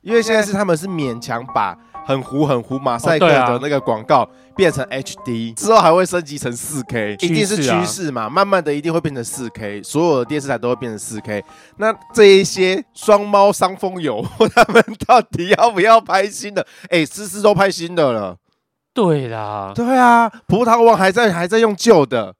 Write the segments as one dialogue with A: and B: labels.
A: 因为现在是他们是勉强把很糊很糊马赛克
B: 哦对啊
A: 的那个广告变成 HD，之后还会升级成 4K，
B: 趋
A: 一
B: 势啊
A: 定是趋势嘛，慢慢的一定会变成 4K，所有的电视台都会变成 4K。那这一些双猫伤风友， 他们到底要不要拍新的？哎，思思都拍新的了，
B: 对啦，
A: 对啊，葡萄王还在还在用旧的，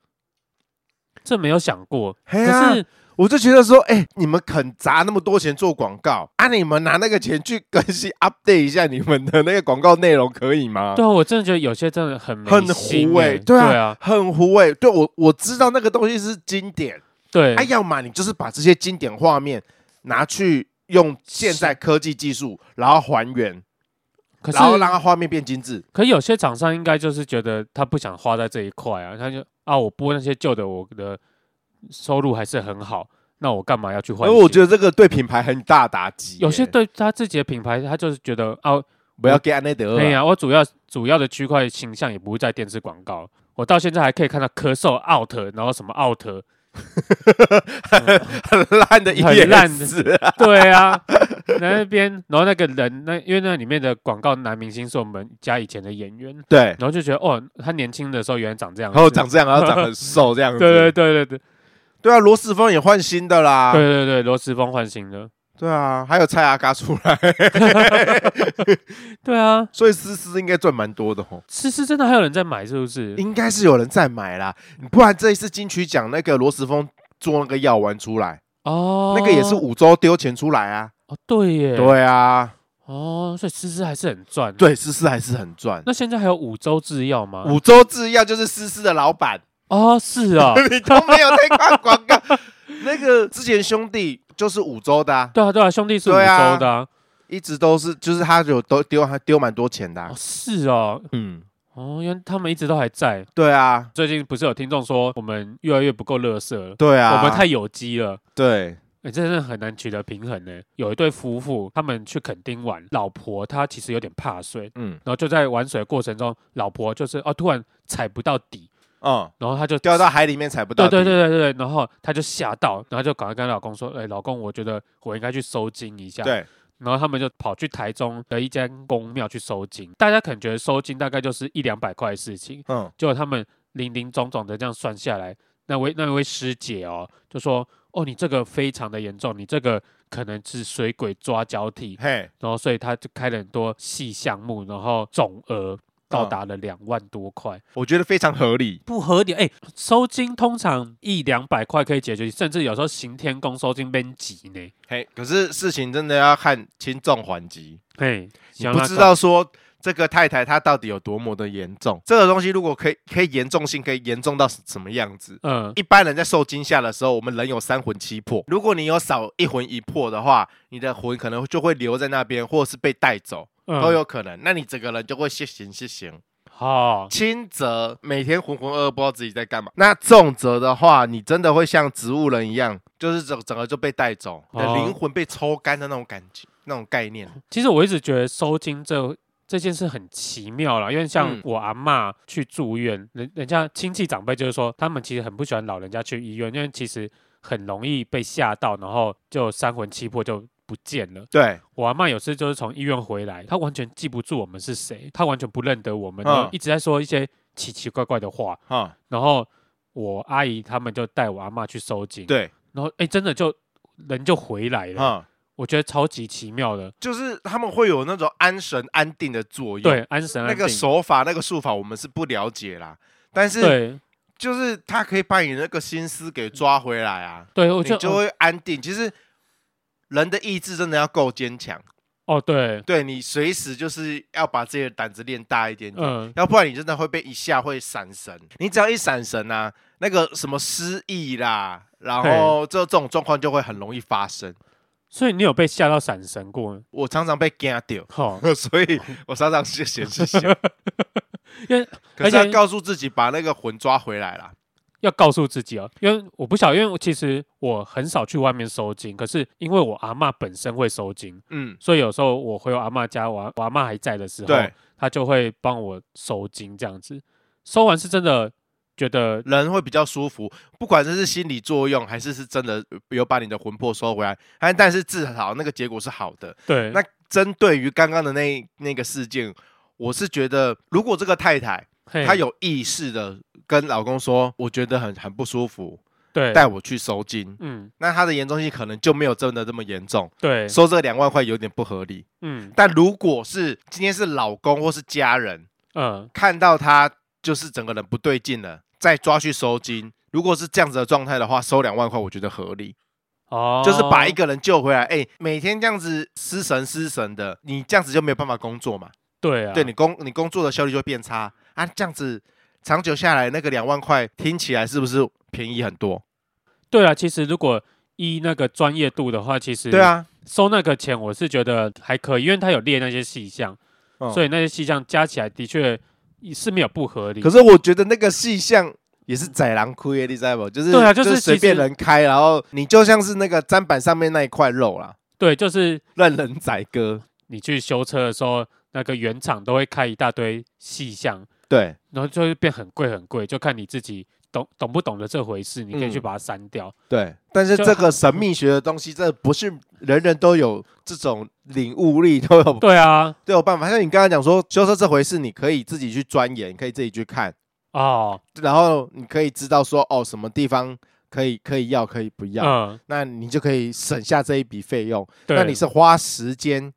B: 这没有想过。
A: 嘿啊
B: 可是
A: 我就觉得说，哎、你们肯砸那么多钱做广告啊，你们拿那个钱去更新 update 一下你们的那个广告内容可以吗？
B: 对啊，我真的觉得有些真的很没
A: 很
B: 心
A: 糊哎、
B: 欸
A: 对
B: 对
A: 啊，
B: 啊，
A: 很糊哎、对我我知道那个东西是经典，
B: 对
A: 哎、，要么你就是把这些经典画面拿去用现在科技技术，然后还原，
B: 可是
A: 然后让它画面变精致。
B: 可有些厂商应该就是觉得他不想花在这一块啊，他就啊，我播那些旧的，我的收入还是很好，那我干嘛要去换
A: 因为
B: 新？
A: 哎我觉得这个对品牌很大打击欸、
B: 有些对他自己的品牌，他就是觉得啊，
A: 不要给安内德
B: 哎
A: 尔啊，
B: 呀，我主要主要的区块形象也不会在电视广告，我到现在还可以看到咳嗽 out，然后什么 out，
A: 很 烂的 ES，
B: 很烂的
A: 的，
B: 对啊，那边然后那个人那因为那里面的广告男明星是我们家以前的演员，
A: 对。
B: 然后就觉得哦，他年轻的时候原来长这样子，
A: 然后哦长这样，然后长很瘦这样子。
B: 对对对对对
A: 对啊，罗斯峰也换新的啦。
B: 对对对，罗斯峰换新的。
A: 对啊，还有蔡阿嘎出来，
B: 对啊，
A: 所以思思应该赚蛮多的吼，
B: 是是真的还有人在买，是不是？
A: 应该是有人在买啦，不然这一次金曲奖那个罗斯峰做那个药丸出来，
B: 哦，
A: 那个也是五周丢钱出来啊。
B: 哦，对耶，
A: 对啊，
B: 哦，所以思思还是很赚。，
A: 对，思思还是很赚。
B: 那现在还有五洲制药吗？
A: 五洲制药就是思思的老板，
B: 哦，是 啊，
A: 你都没有在看广告。那个之前兄弟就是五洲的、啊，
B: 对啊对啊，兄弟是五洲
A: 对啊
B: 的啊，
A: 一直都是就是他有都丢还丢蛮多钱的啊、
B: 哦是哦，
A: 嗯，
B: 哦，因为他们一直都还在。
A: 对啊，
B: 最近不是有听众说我们越来越不够乐色了，
A: 对啊，
B: 我们太有机了。
A: 对，
B: 哎、真的很难取得平衡呢。有一对夫妇，他们去垦丁玩，老婆她其实有点怕水，
A: 嗯，
B: 然后就在玩水的过程中，老婆就是哦突然踩不到底，
A: 哦，
B: 然后她就
A: 掉到海里面踩不到
B: 对
A: 底。
B: 对对对对，然后她就吓到，然后就赶快跟老公说：“哎、老公，我觉得我应该去收金一下。”，
A: 对
B: 然后他们就跑去台中的一间公庙去收金。大家可能觉得收金大概就是一两百块的事情，
A: 嗯，
B: 结果他们零零总总的这样算下来，那位那位师姐哦，就说：“哦，你这个非常的严重，你这个可能是水鬼抓交替。”
A: 嘿，
B: 然后所以他就开了很多细项目，然后总额
A: 嗯
B: 到达了两万多块，
A: 我觉得非常合理。
B: 不合理。哎，收金通常一两百块可以解决，甚至有时候行天宫收金边急呢。
A: 嘿，可是事情真的要看轻重缓急，
B: 嘿，
A: 你不知道说这个太太她到底有多么的严重。这个东西如果可以可以严重性可以严重到什么样子？
B: 嗯，
A: 一般人在受惊吓的时候，我们人有三魂七魄。如果你有少一魂一魄的话，你的魂可能就会留在那边，或者是被带走，
B: 嗯
A: 都有可能。那你整个人就会谢行谢行。
B: 好，
A: 轻则每天浑浑噩噩不知道自己在干嘛，那重则的话，你真的会像植物人一样，就是整整个就被带走，你的
B: 哦
A: 灵魂被抽干的那种感觉，那种概 念。
B: 其实我一直觉得收金这这件事很奇妙啦，因为像
A: 嗯
B: 我阿嬷去住院，人人家亲戚长辈就是说，他们其实很不喜欢老人家去医院，因为其实很容易被吓到，然后就三魂七魄就不见了。
A: 对，
B: 我阿嬷有次就是从医院回来，她完全记不住我们是谁，她完全不认得我们，
A: 嗯
B: 然后一直在说一些奇奇怪怪的话。
A: 哈，
B: 然后我阿姨他们就带我阿嬷去收金，
A: 对，嗯
B: 然后哎、真的就人就回来了，
A: 哈，
B: 我觉得超级奇妙的。
A: 就是他们会有那种安神安定的作用。
B: 对，，安神
A: 那
B: 安
A: 个
B: 定
A: 手法、那个术法，我们是不了解啦。但是
B: 对
A: 就是他可以把你那个心思给抓回来啊，
B: 对，我哦
A: 你
B: 觉得
A: 就会安定。其实人的意志真的要够坚强，
B: 哦对，
A: 对你随时就是要把自己的胆子练大一点点。
B: 嗯，
A: 要不然你真的会被一下会闪神。你只要一闪神啊，那个什么失忆啦，然后这这种状况就会很容易发生。
B: 所以你有被吓到闪神过吗？
A: 我常常被惊掉，
B: 好、
A: 所以我常常是闲是闲，
B: 因为
A: 可
B: 而
A: 是要
B: 且
A: 告诉自己把那个魂抓回来啦。
B: 要告诉自己哦，因为我不晓，因为我其实我很少去外面收金，可是因为我阿嬷本身会收金，
A: 嗯，
B: 所以有时候我回我阿嬷家，我阿我阿嬷还在的时候，
A: 对，
B: 她就会帮我收金这样子。收完是真的觉得
A: 人会比较舒服，不管这是心理作用还是是真的有把你的魂魄收回来，但但是至少那个结果是好的。
B: 对，
A: 那针对于刚刚的那那个事件，我是觉得如果这个太太
B: 嘿
A: 她有意识的跟老公说，我觉得很很不舒服，
B: 对，
A: 带我去收金，
B: 嗯
A: 那她的严重性可能就没有真的这么严重，
B: 对，
A: 收这两万块有点不合理。
B: 嗯
A: 但如果是今天是老公或是家人
B: 嗯
A: 看到她就是整个人不对劲了，再抓去收金。如果是这样子的状态的话，收两万块我觉得合理。
B: 哦，
A: 就是把一个人救回来。哎、每天这样子失神失神的，你这样子就没有办法工作嘛？
B: 对啊，
A: 对你工你工作的效率就会变差啊。这样子长久下来，那个两万块听起来是不是便宜很多？
B: 对啊，其实如果依那个专业度的话，其实
A: 对，啊，
B: 收那个钱我是觉得还可以，因为他有列那些细项，
A: 嗯
B: 所以那些细项加起来的确是没有不合理。
A: 可是我觉得那个细项。也是宰狼亏耶，你知道不？就是
B: 对啊就是
A: 随
B: 其实
A: 便人开，然后你就像是那个砧板上面那一块肉啦，
B: 对，就是
A: 任人宰割。
B: 你去修车的时候，那个原厂都会开一大堆细项，
A: 对，
B: 然后就会变很贵很贵，就看你自己懂懂不懂得这回事，你可以去
A: 嗯
B: 把它删掉。
A: 对，但是
B: 就
A: 这个神秘学的东西，这不是人人都有这种领悟力，都有
B: 对啊，
A: 都有办法。像你刚刚讲说修车这回事，你可以自己去钻研，可以自己去看，
B: 哦，
A: 然后你可以知道说哦，什么地方可以可以要，可以不要，
B: 嗯，
A: 那你就可以省下这一笔费用。
B: 对，
A: 那你是花时间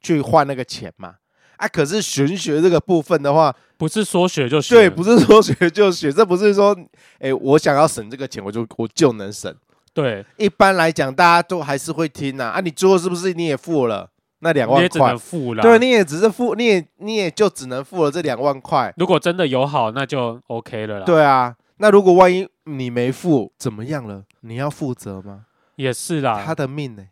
A: 去换那个钱嘛？啊，可是玄学这个部分的话，
B: 不是说学就学？
A: 对，不是说学就学， 这不是说，哎，我想要省这个钱，我就我就能省。
B: 对，
A: 一般来讲，大家都还是会听呐、啊。你最后是不是你也付了那两
B: 你
A: 万
B: 也只能
A: 块？
B: 付了。
A: 对，你也只是付，你也你也就只能付了这两万块。
B: 如果真的有好，那就 OK 了啦。，
A: 对啊，那如果万一你没付，怎么样了？你要负责吗？
B: 也是啦。
A: 他的命呢、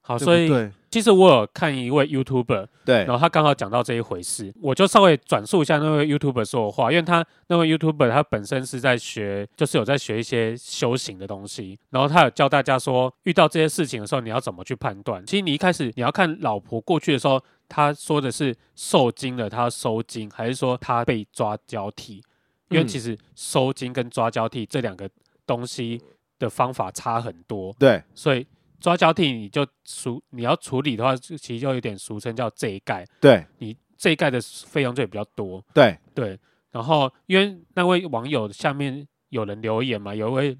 B: 好，
A: 对不
B: 啊哦所以哦
A: 对
B: 其实我有看一位 YouTuber，
A: 对
B: 然，后他刚好讲到这一回事，我就稍微转述一下那位 YouTuber 说的话，因为他那位 YouTuber 他本身是在学，就是有在学一些修行的东西，然后他有教大家说，遇到这些事情的时候你要怎么去判断。其实你一开始你要看老婆过去的时候，她说的是受惊了，她要收惊，还是说她被抓交替？因为
A: 嗯
B: 其实收惊跟抓交替这两个东西的方法差很多。
A: 对，
B: 所以抓交替你就俗，你要处理的话，就其实就有点俗称叫这一盖，
A: 对，
B: 你这一盖的费用就也比较多，
A: 对，
B: 对。然后因为那位网友下面有人留言嘛，有一位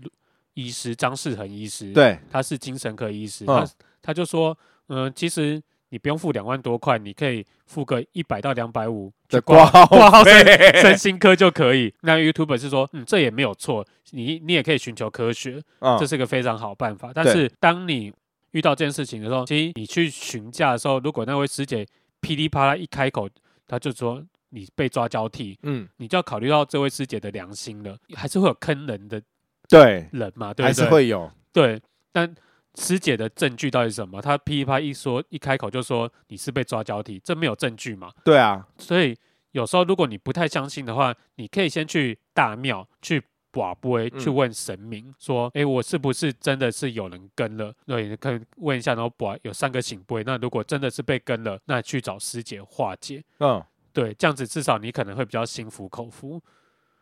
B: 医师张世恒医师，，
A: 对，
B: 他是精神科医师，
A: 嗯
B: 他他就说，嗯、其实你不用付两万多块，你可以付个一百到两百 五去
A: 的挂号
B: 挂号
A: 费
B: 身身心科就可以。那 YouTube 是说，嗯，这也没有错，你你也可以寻求科学，
A: 嗯
B: 这是个非常好办法。但
A: 对
B: 是当你遇到这件事情的时候，其实你去询价的时候，如果那位师姐噼里啪啦一开口，她就说你被抓交替，
A: 嗯，
B: 你就要考虑到这位师姐的良心了，还是会有坑人的
A: 对，
B: 人嘛，对
A: 还
B: 不
A: 是
B: 对？
A: 会有，
B: 对，但师姐的证据到底是什么？她噼里啪啦一说，一开口就说你是被抓交替，这没有证据嘛？
A: 对啊，
B: 所以有时候如果你不太相信的话，你可以先去大庙去。卜龟
A: 嗯
B: 去问神明、说：“诶，我是不是真的是有人跟了？对，你可以问一下，然后卜有三个醒龟。那如果真的是被跟了，那去找师姐化解。
A: 嗯，
B: 对，这样子至少你可能会比较心服口服。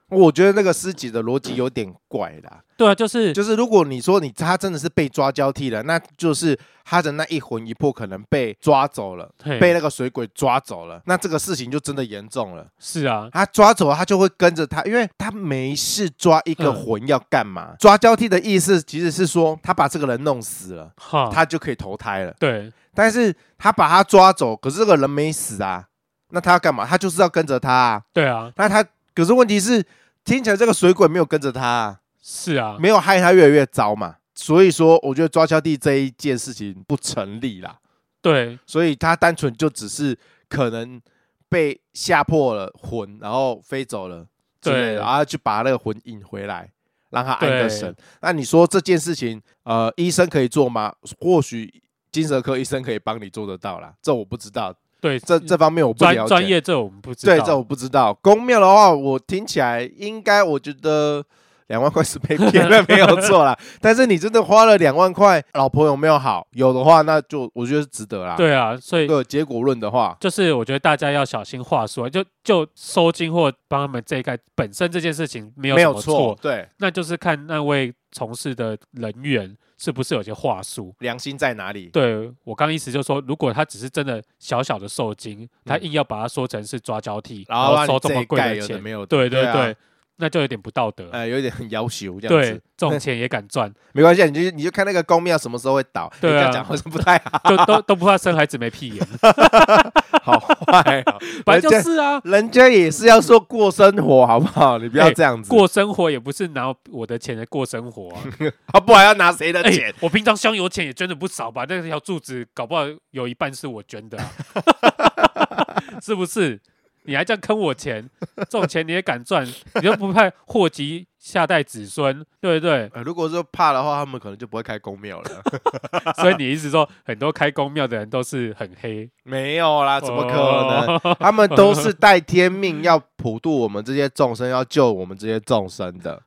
A: 我觉得那个师姐的逻辑有点怪啦。
B: 对啊，就是
A: 就是如果你说你他真的是被抓交替了，那就是他的那一魂一魄可能被抓走了，
B: 嘿
A: 被那个水鬼抓走了，那这个事情就真的严重了。
B: 是啊，
A: 他抓走，他就会跟着他，因为他没事抓一个
B: 嗯
A: 魂要干嘛？抓交替的意思其实是说，他把这个人弄死了，
B: 哈，
A: 他就可以投胎了。
B: 对
A: 但是他把他抓走，可是这个人没死啊，那他要干嘛？他就是要跟着他、啊。
B: 对啊，
A: 那他可是问题是，听起来这个水鬼没有跟着他、啊，
B: 是啊，
A: 没有害他越来越糟嘛。所以说，我觉得抓交替这一件事情不成立啦。
B: 对
A: 所以他单纯就只是可能被吓破了魂，然后飞走了之类的，
B: 对
A: 然后去把那个魂引回来，让他安个
B: 对
A: 神。那你说这件事情，呃，医生可以做吗？或许精神科医生可以帮你做得到啦，这我不知道，
B: 对，
A: 这这方面我不了
B: 嗯专
A: 解。
B: 专业这我们不知道。
A: 对，这我不知道。公庙的话，我听起来应该，我觉得两万块是被骗了，没有错啦。但是你真的花了两万块，老婆有没有好？有的话，那就我觉得是值得啦。
B: 对啊，所以
A: 对结果论的话，
B: 就是我觉得大家要小心话术，啊就就收金或帮他们这一盖本身这件事情没有
A: 没
B: 什
A: 有
B: 么
A: 错，对
B: 那就是看那位从事的人员是不是有些话术？
A: 良心在哪里？
B: 对我刚意思就是说，如果他只是真的小小的受惊，他硬要把它说成是抓交替，
A: 嗯然
B: 后
A: 后
B: 收
A: 让
B: 这
A: 你
B: 么
A: 这
B: 贵
A: 盖
B: 的
A: 有的
B: 钱，
A: 没有的，
B: 对对
A: 啊
B: 对，，那就有点不道德。
A: 呃，有点很要求这样
B: 对
A: 子，，
B: 这种钱也敢 赚，
A: 没关系，你就你就看那个公庙什么时候会倒，
B: 对
A: 你这
B: 啊
A: 样讲好像不太好，
B: 就都都不怕生孩子没屁 眼，
A: 好坏 哦，
B: 本来
A: 人
B: 就
A: 家
B: 是啊，
A: 人家也是要说过生活，好不好？你不要
B: 哎
A: 这样子，
B: 过生活也不是拿我的钱来过生活啊。
A: 啊，不然要拿谁的
B: 哎、
A: 钱？
B: 我平常香油钱也捐的不少吧？那条柱子搞不好有一半是我捐的、啊， 是不是？你还这样坑我钱，这种钱你也敢赚？你又不怕祸及下代子孙，对不对？
A: 呃，如果说怕的话，他们可能就不会开公庙了。
B: 所以你一直说很多开公庙的人都是很黑，
A: 没有啦，怎么可能？
B: 能？
A: 他们都是带天命要普渡我们这些众生，要救我们这些众生的。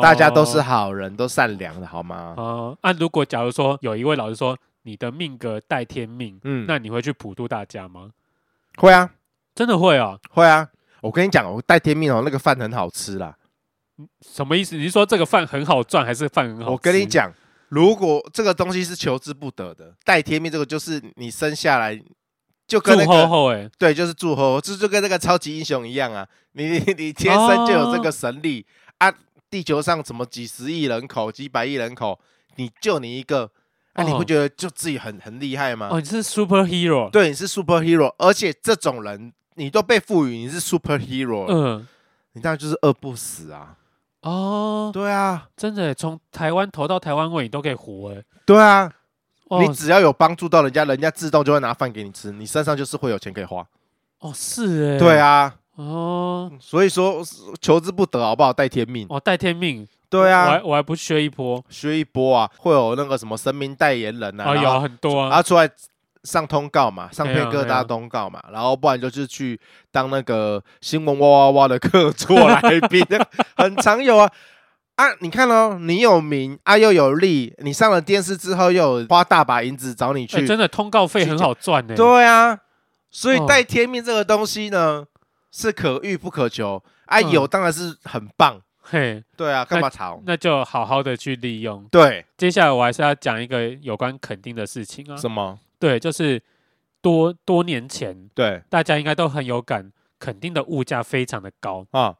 A: 大家都是好人，都善良的，好吗？
B: 哦，那、如果假如说有一位老师说你的命格带天命，
A: 嗯，
B: 那你会去普渡大家吗？
A: 会啊，
B: 真的会啊？
A: 会啊。我跟你讲，我带天命哦，那个饭很好吃啦。
B: 什么意思？你是说这个饭很好赚，还是饭很好吃？
A: 我跟你讲，如果这个东西是求之不得的，带天命这个就是你生下来就
B: 住
A: 跟那
B: 厚
A: 个
B: 厚哎、
A: 对，就是祝贺，这就跟那个超级英雄一样啊，你你你天生就有这个神力、
B: 哦
A: 啊。地球上什么几十亿人口、几百亿人口，你就你一个，啊，你
B: 哦
A: 不觉得就自己很很厉害吗？
B: 哦，你是 superhero，
A: 啊对，你是 superhero，而且这种人你都被赋予你是 superhero，了、
B: 嗯，
A: 你当然就是饿不死啊。
B: 哦，
A: 对啊，
B: 真的耶从台湾投到台湾尾，你都可以活哎，
A: 对啊，
B: 哦
A: 你只要有帮助到人家，人家自动就会拿饭给你吃，你身上就是会有钱可以花。
B: 哦是哎，
A: 对，啊，
B: 哦
A: 所以说求之不得，好不好？带天命。
B: 哦带天命，
A: 对
B: 我还
A: 啊，
B: 我还不缺一波
A: 薛一波啊，会有那个什么神明代言人啊，
B: 啊，
A: 然
B: 有
A: 后
B: 很多
A: 然
B: 啊，
A: 后出来上通告嘛，上
B: 对
A: 片
B: 啊
A: 各
B: 对啊
A: 大通告嘛，然后不然就是去当那个新闻哇哇哇的客座来 宾，那个很常有啊。啊，你看哦，你有名啊，又有利，你上了电视之后又有花大把银子找你
B: 哎
A: 去，
B: 真的通告费
A: 去
B: 很好赚哎，
A: 对啊，所以
B: 哦
A: 带天命这个东西呢，是可遇不可求啊，
B: 嗯
A: 有当然是很棒，
B: 嘿，
A: 对啊，干嘛吵？
B: 那就好好的去利用。
A: 对，
B: 接下来我还是要讲一个有关肯定的事情啊，
A: 什么？
B: 对，就是多多年前
A: 对
B: 大家应该都很有感，肯定的物价非常的高，
A: 啊，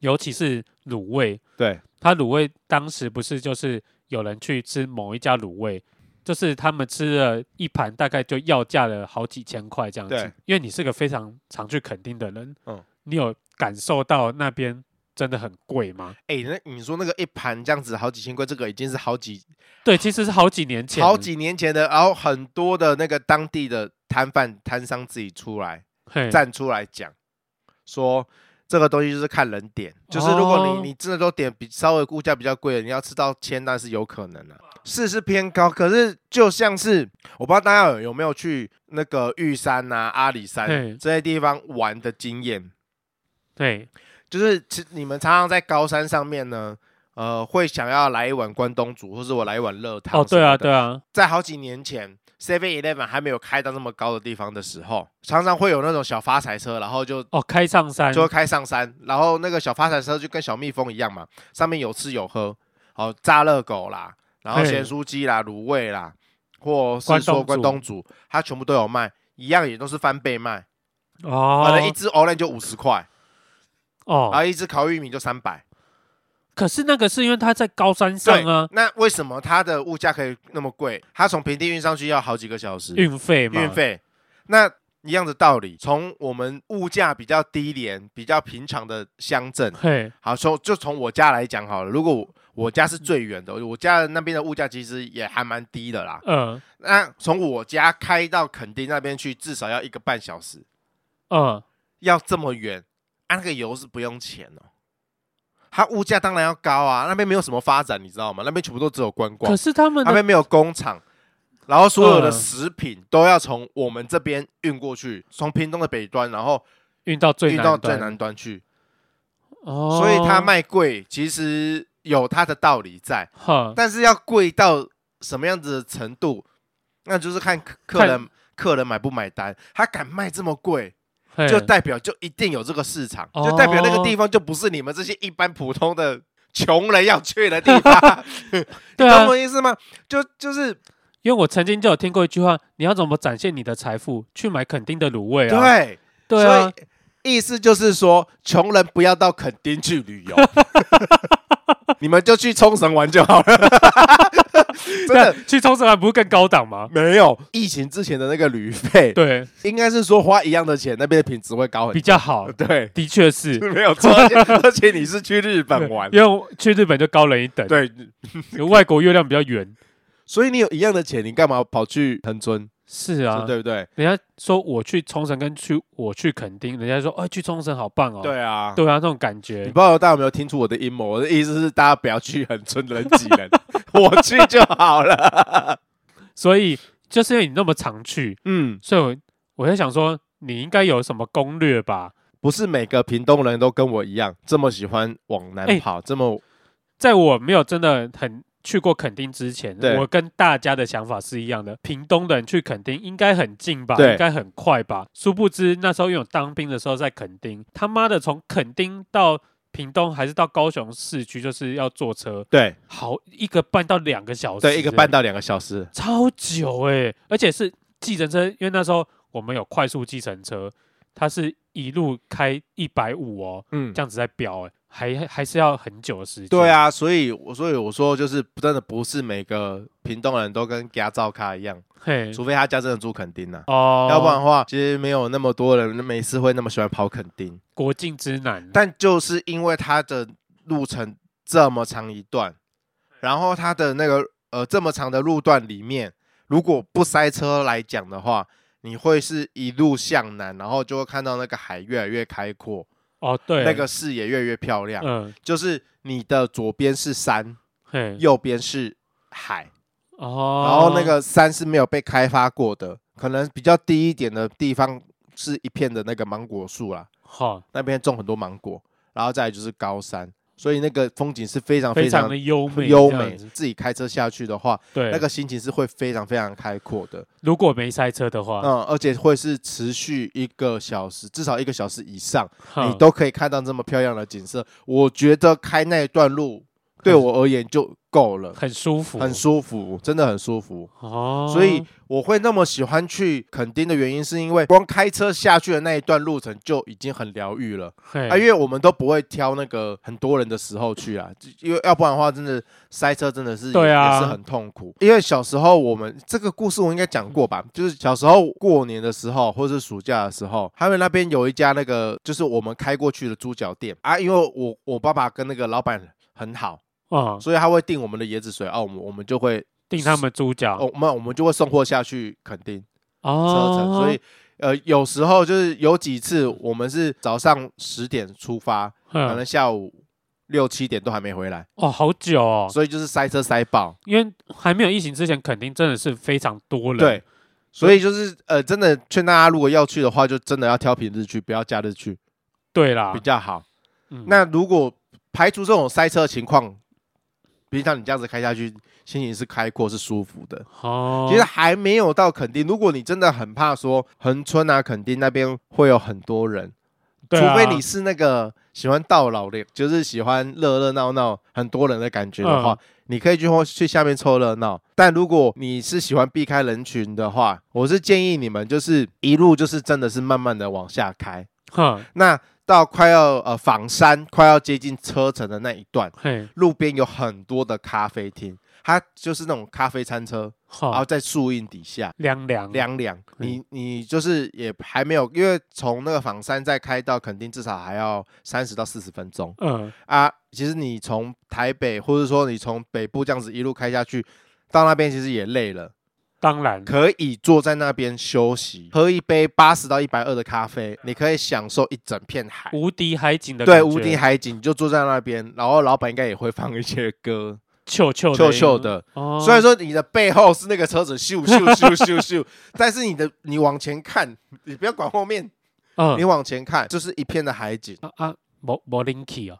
B: 尤其是卤味。
A: 对，
B: 他卤味当时不是就是有人去吃某一家卤味，就是他们吃了一盘，大概就要价了好几千块这样子
A: 对。
B: 因为你是个非常常去垦丁的人，
A: 嗯
B: 你有感受到那边真的很贵吗？
A: 哎、那你说那个一盘这样子好几千块，这个已经是好几
B: 对，其实是好几年前了，
A: 好几年前的，然后很多的那个当地的摊贩摊商自己出来
B: 嘿
A: 站出来讲，说这个东西就是看人点，就是如果你
B: 哦
A: 你真的都点比稍微物价比较贵的，你要吃到千那是有可能的、是是偏高，可是就像是我不知道大家有有没有去那个玉山呐、阿里山
B: 嘿
A: 这些地方玩的经验，
B: 对
A: 就是其实你们常常在高山上面呢。呃，会想要来一碗关东煮，或是我来一碗热汤。
B: 哦，对啊，对啊，
A: 在好几年前，Seven Eleven 还没有开到那么高的地方的时候，常常会有那种小发财车，然后就
B: 哦，开上山
A: 就会开上山，然后那个小发财车就跟小蜜蜂一样嘛，上面有吃有喝，好、哦、炸热狗啦，然后
B: 嘿
A: 咸酥鸡啦、卤味啦，或是
B: 关东
A: 说
B: 煮
A: 关东煮，它全部都有卖，一样也都是翻倍卖，可
B: 哦
A: 能一啊只 orange 就五十块，然
B: 哦，
A: 后一只烤玉米就三百。
B: 可是那个是因为他在高山
A: 对
B: 上啊，，
A: 那为什么它的物价可以那么贵？它从平地运上去要好几个小时，
B: 运费嘛，
A: 运费。那一样的道理，从我们物价比较低廉、比较平常的乡镇，
B: 嘿，
A: 好，从就从我家来讲好了。如果我我家
B: 嗯
A: 是最远的，我家那边的物价其实也还蛮低的啦。
B: 嗯
A: 那从我家开到垦丁那边去，至少要一个半小时，
B: 嗯，
A: 要这么远，啊，那个油是不用钱哦。它物价当然要高啊，那边没有什么发展，你知道吗？那边全部都只有观光
B: 可。是他们
A: 那
B: 的
A: 啊边没有工厂，然后所有的
B: 嗯
A: 食品都要从我们这边运过去，从屏东的北端，然后
B: 运到最
A: 运
B: 南
A: 到最
B: 端
A: 南端去。
B: 哦，
A: 所以它卖贵，其实有它的道理在，
B: 哼
A: 但是要贵到什么样子的程度，那就是看客客
B: 看
A: 人客人买不买单。他敢卖这么贵，
B: 嘿哦
A: 就代表就一定有这个市场，就代表那个地方就不是你们这些一般普通的穷人要去的地 方，
B: 对啊
A: 懂，我意思吗？就就是
B: 因为我曾经就有听过一句话，你要怎么展现你的财富？去买垦丁的卤味啊，
A: 对，
B: 对啊，
A: 所以意思就是说，穷人不要到垦丁去旅 游，你们就去冲绳玩就好了。 真的
B: 对去冲绳玩不是更高档吗？
A: 没有疫情之前的那个旅费，
B: 对，
A: 应该是说花一样的钱，那边的品质会高很
B: 比
A: 多。
B: 较好，
A: 对，
B: 的确是。
A: 没有 错，而且而且你是去日本玩，
B: 因为我去日本就高人一等，
A: 对，
B: 外国月亮比较圆。
A: 所以你有一样的钱，你干嘛跑去恒村，
B: 是啊，
A: 对不对？
B: 人家说我去冲绳跟去我去垦丁，人家说哎去冲绳好棒哦，
A: 对啊。
B: 对啊，那种感
A: 你
B: 觉
A: 不知道大家有没有听出我的阴谋？我的意思是，大家不要去恒村人挤 人，我去就好了。
B: 所以就是因为你那么常去，
A: 嗯，
B: 所以我我在想说你应该有什么攻略吧？
A: 不是每个屏东人都跟我一样这么喜欢往南
B: 哎
A: 跑，这么
B: 在我没有真的很去过垦丁之前
A: 对，
B: 我跟大家的想法是一样的。屏东的人去垦丁应该很近吧，
A: 对
B: 应该很快吧？殊不知那时候因为我当兵的时候在垦丁，他妈的从垦丁到屏东还是到高雄市区，就是要坐车，
A: 对
B: 好一个半到两个小时，欸
A: 对，一个半到两个小时，
B: 超久哎、而且是计程车，因为那时候我们有快速计程车，它是一路开一百五哦，
A: 嗯
B: 这，样子在飙哎、还还是要很久的时间。
A: 对，啊，所以我所以我说就是真的不是每个屏东人都跟家照咖一样，
B: 嘿，
A: 除非他家真的住垦丁呐、
B: 哦，
A: 要不然的话，其实没有那么多人每次会那么喜欢跑垦丁，
B: 国境之南，
A: 但就是因为它的路程这么长一段，然后它的那个呃这么长的路段里面，如果不塞车来讲的话，你会是一路向南，然后就会看到那个海越来越开阔，
B: 哦对，
A: 那个视野越来越漂亮。
B: 嗯
A: 就是你的左边是山，
B: 嘿，
A: 右边是海，
B: 哦，
A: 然后那个山是没有被开发过的，可能比较低一点的地方是一片的那个芒果树啦，
B: 好、
A: 那边种很多芒果，然后再来就是高山，所以那个风景是非常
B: 非
A: 常
B: 常的优美，
A: 优
B: 这样
A: 美。
B: 子
A: 自己开车下去的话，
B: 对，
A: 那个心情是会非常非常开阔的，
B: 如果没塞车的话，
A: 嗯，而且会是持续一个小时，至少一个小时以上，
B: 哈
A: 你都可以看到这么漂亮的景色。我觉得开那一段路对我而言就够了，
B: 很舒服，
A: 很舒服，真的很舒服。
B: 哦，
A: 所以我会那么喜欢去垦丁的原因，是因为 光开车下去的那一段路程就已经很疗愈了。
B: 嘿，
A: 啊，因为我们都不会挑那个很多人的时候去啊， 就因为要不然的话，真的塞车真的是
B: 对啊
A: 也是很痛苦。因为小时候我们这个故事我应该讲过吧，就是小时候过年的时候或是暑假的时候，他们那边有一家那个就是我们开过去的猪脚店啊，因为我我爸爸跟那个老板很好，
B: 啊、嗯，
A: 所以他会订我们的椰子水啊，我们我们就会
B: 定他们猪脚
A: 哦，我们我们就会送货下去垦丁。车程，
B: 哦，
A: 所以呃，有时候就是有几次我们是早上十点出发，
B: 嗯
A: 可能下午六七点都还没回来，
B: 哦，好久哦，
A: 所以就是塞车塞爆。
B: 因为还没有疫情之前，肯定真的是非常多人。
A: 对，，所以就是呃，真的劝大家如果要去的话，就真的要挑平日去，不要假日去
B: 对啦
A: 比，较好。
B: 嗯
A: 那如果排除这种塞车的情况，平常你这样子开下去，心情是开阔是舒服的。
B: 哦，
A: 其实还没有到垦丁，如果你真的很怕说恒春啊、垦丁那边会有很多人，
B: 对
A: 除
B: 啊
A: 非你是那个喜欢到老的，就是喜欢热热闹闹、很多人的感觉的话，
B: 嗯
A: 你可以去后去下面凑热闹。但如果你是喜欢避开人群的话，我是建议你们就是一路就是真的是慢慢的往下开。
B: 哼
A: 那到快要呃仿山、快要接近车城的那一段，
B: 嘿
A: 路边有很多的咖啡厅，它就是那种咖啡餐车，然后
B: 好
A: 在树荫底下。
B: 凉凉
A: 凉凉，
B: 嗯
A: 你你就是也还没有，因为从那个仿山再开到垦丁至少还要三十到四十分钟
B: 嗯
A: 啊。其实你从台北，或者说你从北部这样子一路开下去，到那边其实也累了，
B: 当然
A: 可以坐在那边休息，喝一杯八十到一百二的咖啡，你可以享受一整片海，
B: 无敌海景的
A: 对，
B: 感觉
A: 无敌海景，你就坐在那边，然后老板应该也会放一些歌，
B: 臭臭的
A: 秀秀
B: 一
A: 的，
B: 个哦，
A: 虽然说你的背后是那个车子咻咻咻咻 咻，但是你的你往前看，你不要管后面，
B: 嗯
A: 你往前看就是一片的海景，
B: 啊啊没没灵气哦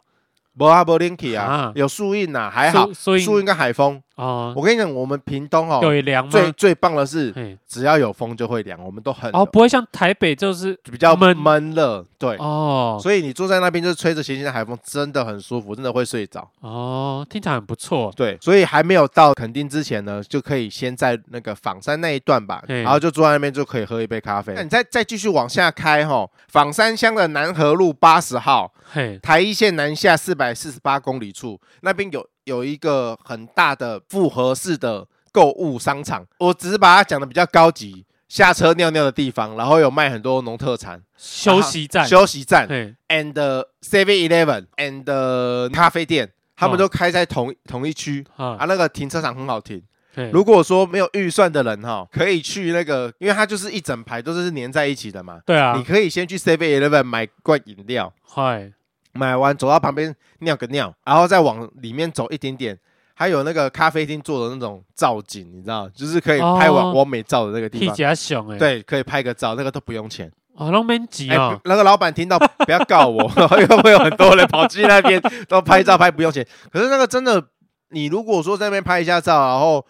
A: 不啊不 linky 啊
B: 啊，
A: 有树荫呐，还好
B: 树树荫
A: 树荫跟海风，
B: 啊，
A: 我跟你讲，我们屏东哦，
B: 有凉
A: 最
B: 吗？
A: 最棒的是，
B: 嘿
A: 只要有风就会凉，我们都很
B: 哦，不会像台北就是
A: 比较
B: 闷
A: 闷热，对，
B: 哦
A: 所以你坐在那边就是吹着咸咸的海风，真的很舒服，真的会睡着。
B: 哦，听起来很不错。
A: 对，所以还没有到垦丁之前呢，就可以先在那个仿山那一段吧，
B: 嘿
A: 然后就坐在那边就可以喝一杯咖啡。那你再再继续往下开哈，仿山乡的南河路八十号，
B: 嘿，
A: 台一线南下四百四十八公里处，那边有有一个很大的复合式的购物商场，我只是把它讲的比较高级，下车尿尿的地方，然后有卖很多农特产、
B: 休息站，
A: 休息站
B: 嘿，
A: and Seven Eleven and 呃咖啡店，他们
B: 哦
A: 都开在同同一区。
B: 啊，
A: 啊，那个停车场很好停。
B: 嘿
A: 如果说没有预算的人哈、可以去那个，因为它就是一整排都是粘在一起的嘛。
B: 对啊
A: 你，可以先去 Seven Eleven 买罐饮料，
B: 嗨，
A: 买完走到旁边尿个尿，然后再往里面走一点点，还有那个咖啡厅做的那种造景，你知道，就是可以拍
B: 哦
A: 完完美照的那个地
B: 替
A: 方。
B: 加熊哎，，
A: 对，可以拍个照，那个都不用钱。
B: 哦，龙门吉
A: 哎、
B: 哦，
A: 那个老板听到不要告我， 因为会有很多人跑去那边都拍照拍不用钱。可是那个真的，你如果说在那边拍一下照，然后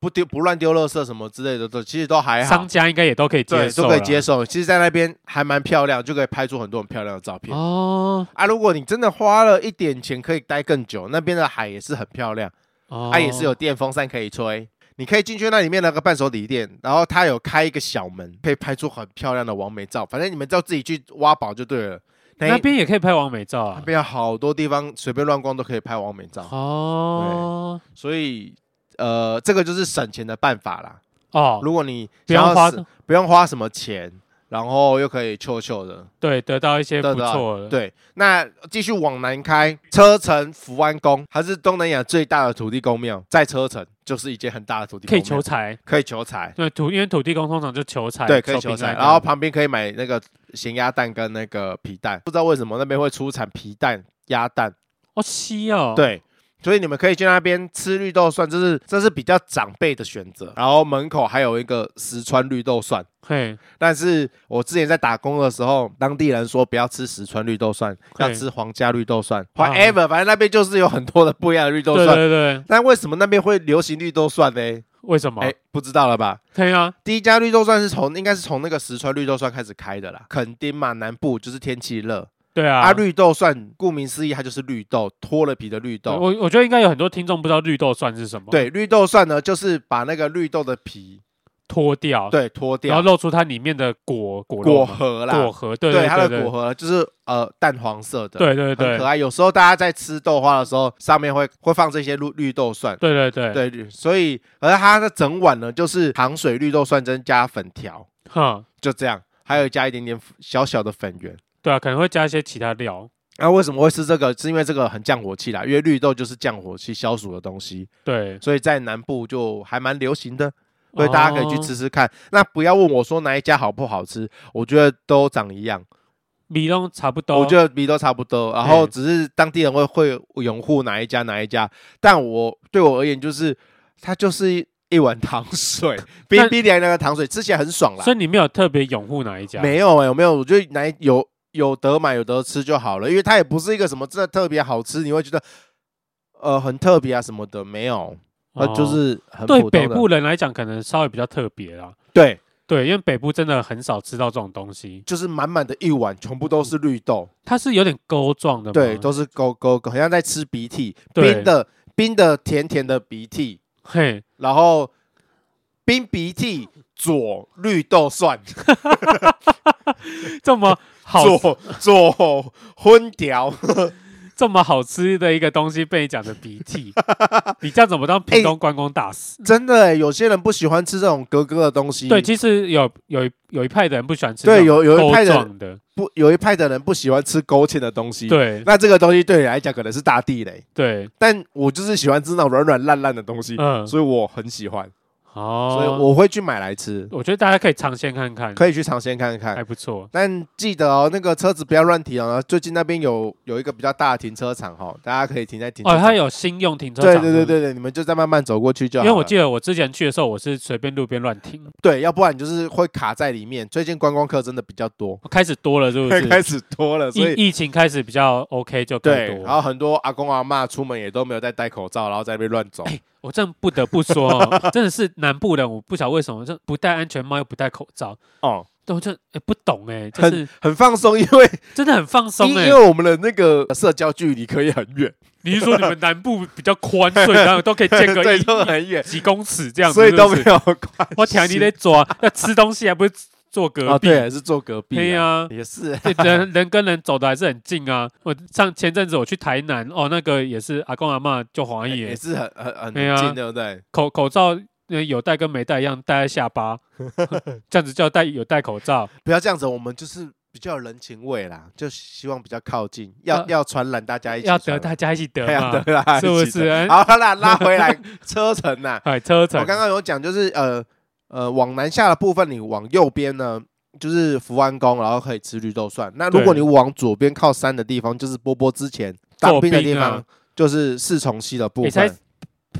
A: 不丢不乱丢垃圾什么之类的，都其实都哎还好
B: 商，家应该也都可以接
A: 对，
B: 受
A: 都
B: 啦，
A: 可以接受。其实，在那边还蛮漂亮，就可以拍出很多很漂亮的照片。
B: 哦
A: 啊，如果你真的花了一点钱，可以待更久，那边的海也是很漂亮，
B: 哦，
A: 它、也是有电风扇可以吹。你可以进去那里面那个伴手礼店，然后它有开一个小门，可以拍出很漂亮的完美照。反正你们就自己去挖宝就对了。那
B: 那边也可以拍完美照
A: 那
B: 啊，
A: 边有好多地方随便乱逛都可以拍完美照，
B: 哦
A: 所以呃，这个就是省钱的办法啦。
B: 哦，
A: 如果你
B: 不
A: 想
B: 要花
A: 省不用花什么钱，然后又可以秋秋的，
B: 对得到一些
A: 得
B: 不
A: 到
B: 错的，
A: 对。那继续往南开，车城福安宫，它是东南亚最大的土地公庙，在车城就是一间很大的土地
B: 可
A: 公
B: 以
A: 庙，
B: 求财，
A: 可以求财，
B: 对土因为土地公通常就求财，
A: 对，可以求
B: 平
A: 财。
B: 安
A: 然后旁边可以买那个咸鸭蛋跟那个皮蛋，不知道为什么那边会出产皮蛋、鸭蛋。
B: 哦西哦，，
A: 对，所以你们可以去那边吃绿豆蒜，这是这是比较长辈的选择。然后门口还有一个石川绿豆蒜，
B: 嘿
A: 但是我之前在打工的时候，当地人说不要吃石川绿豆蒜，
B: 对
A: 要吃皇家绿豆蒜，whatever，、反正那边就是有很多的不一样的绿豆
B: 啊对
A: 蒜。
B: 对对，
A: 但为什么那边会流行绿豆蒜呢？
B: 为什么
A: 哎、？不知道了吧？
B: 对啊，
A: 第一家绿豆蒜是从应该是从那个石川绿豆蒜开始开的啦，垦丁嘛，南部就是天气热，
B: 对啊，
A: 啊，绿豆蒜顾名思义，它就是绿豆，脱了皮的绿豆。
B: 我我觉得应该有很多听众不知道绿豆蒜是什么，，
A: 对，绿豆蒜呢，就是把那个绿豆的皮
B: 脱掉，，
A: 对脱
B: 哦然后
A: 掉，
B: 露出它里面的果果肉
A: 果
B: 嘛
A: 核啦，
B: 果核，对
A: 对，它
B: 对
A: 的果，核就是呃淡黄色的，
B: 对对
A: 很
B: 对
A: 可，爱。有时候大家在吃豆花的时候，上面会会放这些绿绿豆蒜。
B: 对对对，
A: 对，绿所以而它的整碗呢，就是糖水绿豆蒜蒸加粉条，
B: 哼，
A: 就这样，还有加一点点小小的粉圆。
B: 对啊，可能会加一些其他料，
A: 那、为什么会吃这个？是因为这个很降火气啦，因为绿豆就是降火气、消暑的东西，
B: 对，
A: 所以在南部就还蛮流行的。所以大家可
B: 哦
A: 以去吃吃看。那不要问我说哪一家好不好吃，我觉得都长一样，
B: 米弄差不多，
A: 我觉得米都差不多。然后
B: 嗯
A: 只是当地人会会拥护哪一家哪一家，但我对我而言就是它就是一碗糖水， 冰
B: 但
A: 冰凉凉的糖水，吃起来很爽啦
B: 所。以你没有特别拥护哪一家，
A: 没有哎、我没有，我觉得哪一有有得买有得吃就好了，因为它也不是一个什么真的特别好吃，你会觉得呃很特别啊什么的，没有，呃
B: 哦
A: 就是很
B: 对
A: 普
B: 北
A: 通的
B: 部人来讲，可能稍微比较特别啦。
A: 对。
B: 对，因为北部真的很少吃到这种东西，
A: 就是满满的一碗，全部都是绿豆，
B: 它是有点钩状的嘛。
A: 对，都是勾勾勾，好像在吃鼻涕，
B: 嗯对
A: 冰的冰的甜甜的鼻涕，
B: 嘿，
A: 然后冰鼻涕佐绿豆蒜，
B: 这么好，
A: 佐佐荤 条，
B: 这么好吃的一个东西被你讲的鼻 涕，你这样怎么当屏东观光大使？
A: 真的欸，有些人不喜欢吃这种格格的东西，
B: 对，其实有有一有一派的人不喜欢吃
A: 哎对
B: 这
A: 有
B: 种
A: 有一派
B: 钩
A: 的
B: 状的，
A: 不有一派的人不喜欢吃勾芡的东西，，
B: 对
A: 那这个东西对你来讲可能是大地雷，
B: 对，
A: 但我就是喜欢吃那种软软烂烂的东西，
B: 嗯，
A: 所以我很喜欢，
B: 哦，
A: 所以我会去买来吃，
B: 我觉得大家可以尝鲜看看，
A: 可以去尝鲜看看
B: 还。不错。
A: 但记得哦，那个车子不要乱停哦。最近那边有有一个比较大的停车场哦，大家可以停在停车
B: 哦，
A: 场。
B: 它有新用停车
A: 对
B: 场，嗯
A: 对对，对对，你们就再慢慢走过去就
B: 因
A: 好
B: 为我
A: 了
B: 记得我之前去的时候，我是随便路边乱停，
A: 对，要不然你就是会卡在里面。最近观光客真的比较多，
B: 开始多了是不是？
A: 开始多了，所以
B: 疫疫情开始比较 OK 就更
A: 对，
B: 多。
A: 然后很多阿公阿嬷出门也都没有在戴口罩，然后在那边乱走。
B: 哎我真不得不说、 哦，真的是南部人，我不晓得为什么就不戴安全帽又不戴口罩，
A: 哦，
B: 对，我就、哎不懂哎、就是
A: 很放松，因为
B: 真的很 放松
A: 因
B: 哎、
A: 因为我们的那个社交距离可以很远，
B: 你是说你们南部比较 宽，所以然后都可以 间隔
A: 对，
B: 一
A: 都很远，
B: 几公尺这样子，
A: 所以都
B: 是不
A: 没
B: 是
A: 有关系。
B: 我天，你得抓，那吃东西还不是坐隔
A: 哦，
B: 壁？
A: 对，还是坐隔壁，
B: 对呀、
A: 也是，
B: 对人人跟人走的还是很近啊。我上前阵子我去台南，哦，那个也是阿公阿嬷就怀疑
A: 也是很很很
B: 啊对啊
A: 近，对不对？
B: 口口罩呃有戴跟没戴一样，戴在下 巴，这样子叫戴有戴口罩。
A: 不要这样子，我们就是比较有人情味啦，就希望比较靠近，要
B: 要
A: 要传染大家一起
B: 呃要
A: 传
B: 得
A: 染，
B: 大家一起得
A: 要
B: 嘛，
A: 得啦，
B: 是不
A: 一起得
B: 是？哎
A: 好啦，拉回来车程啊呐，
B: 哎，车程
A: 我刚刚有讲，就是呃呃，往南下的部分，你往右边呢，就是福安宫，然后可以吃绿豆蒜。那如果你
B: 对
A: 往左边靠山的地方，就是波波之前当兵的地
B: 做兵
A: 方
B: 啊，
A: 就是四重溪的部
B: 你才
A: 分。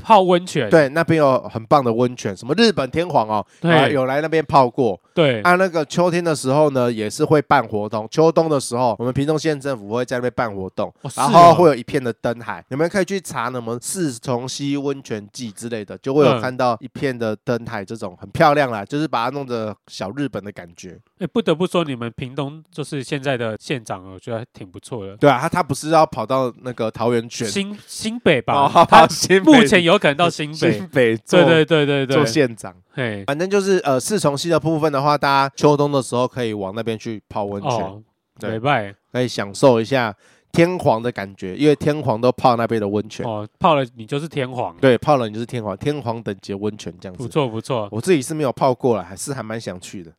B: 泡温泉，
A: 对，那边有很棒的温泉，什么日本天皇哦，
B: 对
A: 啊有来那边泡过。
B: 对
A: 啊，那个秋天的时候呢，也是会办活动；秋冬的时候，我们屏东县政府会在那边办活动，
B: 哦是
A: 然后
B: 哦
A: 会有一片的灯海，你们可以去查什么四重溪温泉季之类的，就会有
B: 嗯
A: 看到一片的灯海，这种很漂亮啦，就是把它弄得小日本的感觉。
B: 哎、不得不说，你们屏东就是现在的县长，我觉得还挺不错的。
A: 对啊，他他不是要跑到那个桃园卷
B: 新新北 吧，
A: 哦，
B: 他
A: 新北
B: 目前有可能到新北
A: 新，北做
B: 对对对对
A: 做
B: 对，
A: 县长。
B: 嘿，
A: 反正就是呃，四重溪的部分的话，大家秋冬的时候可以往那边去泡温泉。
B: 哦，
A: 对
B: 礼拜
A: 可以享受一下天皇的感觉，因为天皇都泡那边的温泉，
B: 哦，泡了你就是天皇，
A: 对，泡了你就是天皇，天皇等级的温泉这样
B: 不
A: 子。
B: 错不错。
A: 我自己是没有泡过了，还是还蛮想去的。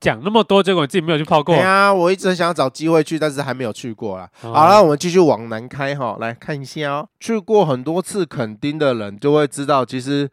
B: 讲那么多，结果你自己没有去泡过
A: 对，啊，我一直很想要找机会去，但是还没有去过啦。
B: 哦
A: 好了，我们继续往南开哈，来看一下哦。去过很多次垦丁的人就会知道，其实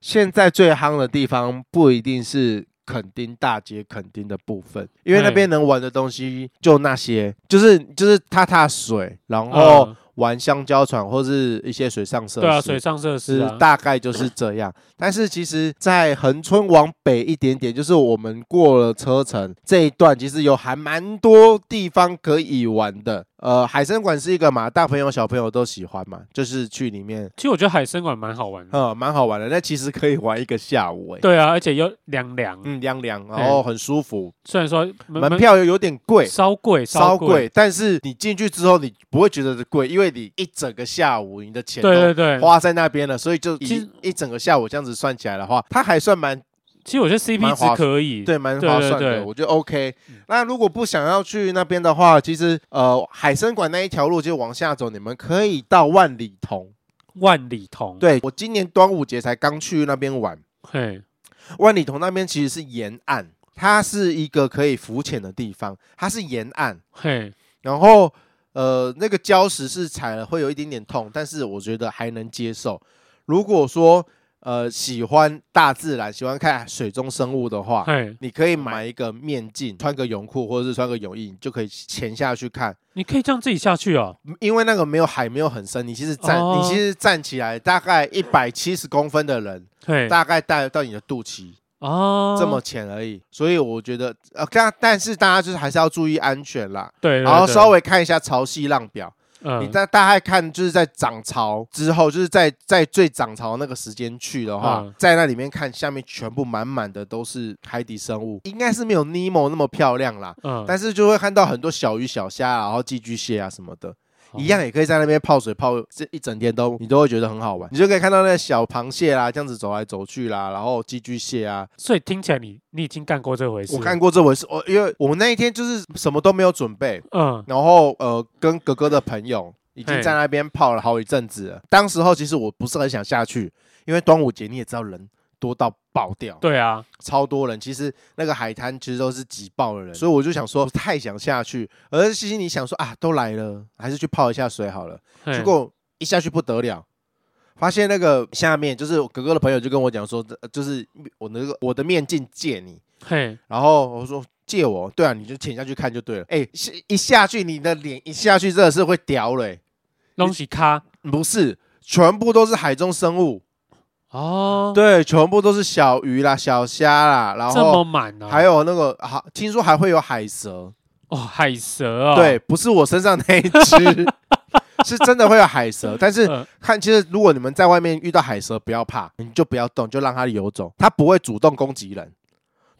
A: 现在最夯的地方不一定是垦丁大街、垦丁的部分，因为那边能玩的东西就那些，就是就是踏踏水，然后
B: 嗯
A: 玩香蕉船或是一些水上设施。
B: 对啊，水上设施
A: 是
B: 啊，
A: 大概就是这样，但是其实，在恒春往北一点点，就是我们过了车程这一段，其实有还蛮多地方可以玩的。呃，海参馆是一个嘛，大朋友小朋友都喜欢嘛，就是去里面，
B: 其实我觉得海参馆蛮好玩的。
A: 呃，蛮好玩的。那其实可以玩一个下午、欸，，
B: 嗯对啊，而且又凉凉，
A: 嗯，凉凉，然后很舒服，
B: 虽然说门
A: 门票又有点贵。
B: 稍贵
A: 稍
B: 贵，
A: 贵，但是你进去之后，你不会觉得贵，因为你一整个下午，你的钱都
B: 对对对。
A: 花在那边了，所以就
B: 嗯其实
A: 一一整个下午这样子算起来的话，它还算蛮
B: 其实我觉得 CP
A: 蛮划
B: 值可以，
A: 对，蛮
B: 对
A: 划
B: 对
A: 算
B: 对嗯
A: 的，我觉得 OK。那如果不想要去那边的话，其实呃海参馆那一条路就往下走，你们可以到万里桐。
B: 万里桐，，
A: 对我今年端午节才刚去那边玩，
B: 嘿，
A: 万里桐那边其实是沿岸，它是一个可以浮潜的地方，它是沿岸，
B: 嘿，
A: 然后呃，那个礁石是踩了会有一点点痛，但是我觉得还能接受。如果说呃喜欢大自然，喜欢看水中生物的话，
B: 嘿，
A: 你可以买一个面镜，穿个泳裤或者是穿个泳衣，你就可以潜下去看。
B: 你可以这样自己下去哦。
A: 嗯因为那个没有海，没有很深，你其实站，
B: 哦
A: 你其实站起来大概一百七十公分的人，
B: 嘿，
A: 大概带到你的肚脐
B: 哦，
A: 这么浅而已。所以我觉得，呃，但但是大家就是还是要注意安全啦，
B: 对，对
A: 然后
B: 对
A: 稍微看一下潮汐浪表。
B: 嗯
A: 你大大概看就是在涨潮之后，就是在在最涨潮那个时间去的话，
B: 嗯
A: 在那里面看下面全部满满的都是海底生物，应该是没有 Nemo 那么漂亮啦，
B: 嗯
A: 但是就会看到很多小鱼小虾啊，然后寄居蟹啊什么的。
B: 好
A: 一样也可以在那边泡水泡这一整天都你都会觉得很好玩，你就可以看到那个小螃蟹啊啦，这样子走来走去啦，然后寄居蟹啊，
B: 所以听起来你你已经干过这回事，
A: 我干，过这回事，我因为我们那一天就是什么都没有准备，
B: 嗯，
A: 然后呃，跟哥哥的朋友已经
B: 嘿
A: 在那边泡了好一阵子了。当时候其实我不是很想下去，因为端午节你也知道人多到爆掉，
B: 对啊，
A: 超多人。其实那个海滩其实都是挤爆的人，所以我就想说不太想下去。而西西你想说啊，都来了，还是去泡一下水好了。
B: 嘿
A: 结果一下去不得了。发现那个下面就是我哥哥的朋友就跟我讲说，呃就是我那个我的面镜借你，
B: 嘿，
A: 然后我说借我，对啊，你就潜下去看就对了。哎，下一下去你的脸一下去真的是会掉嘞、
B: 东西卡
A: 不是，全部都是海中生物，
B: 哦，
A: 对，全部都是小鱼啦、小虾啦，然
B: 这么啊
A: 后
B: 满呢，
A: 还有那个还、啊、听说还会有海蛇，
B: 哦海蛇哦，
A: 对，不是我身上那一只，是真的会有海蛇，但是
B: 嗯
A: 看，其实如果你们在外面遇到海蛇，不要怕，你就不要动，就让它游走，它不会主动攻击人，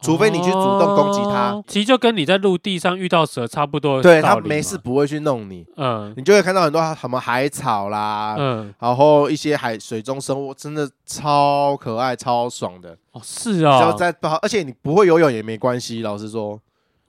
A: 除非你去主动攻击它。
B: 哦其实就跟你在陆地上遇到蛇差不多的
A: 对，
B: 道
A: 它
B: 理
A: 没
B: 嘛
A: 事，不会去弄你，
B: 嗯
A: 你就会看到很多什么海草啦，
B: 嗯，
A: 然后一些海水中生物，真的超可爱、超爽的。
B: 哦是
A: 只要
B: 哦，
A: 在泡，而且你不会游泳也没关系，老实说，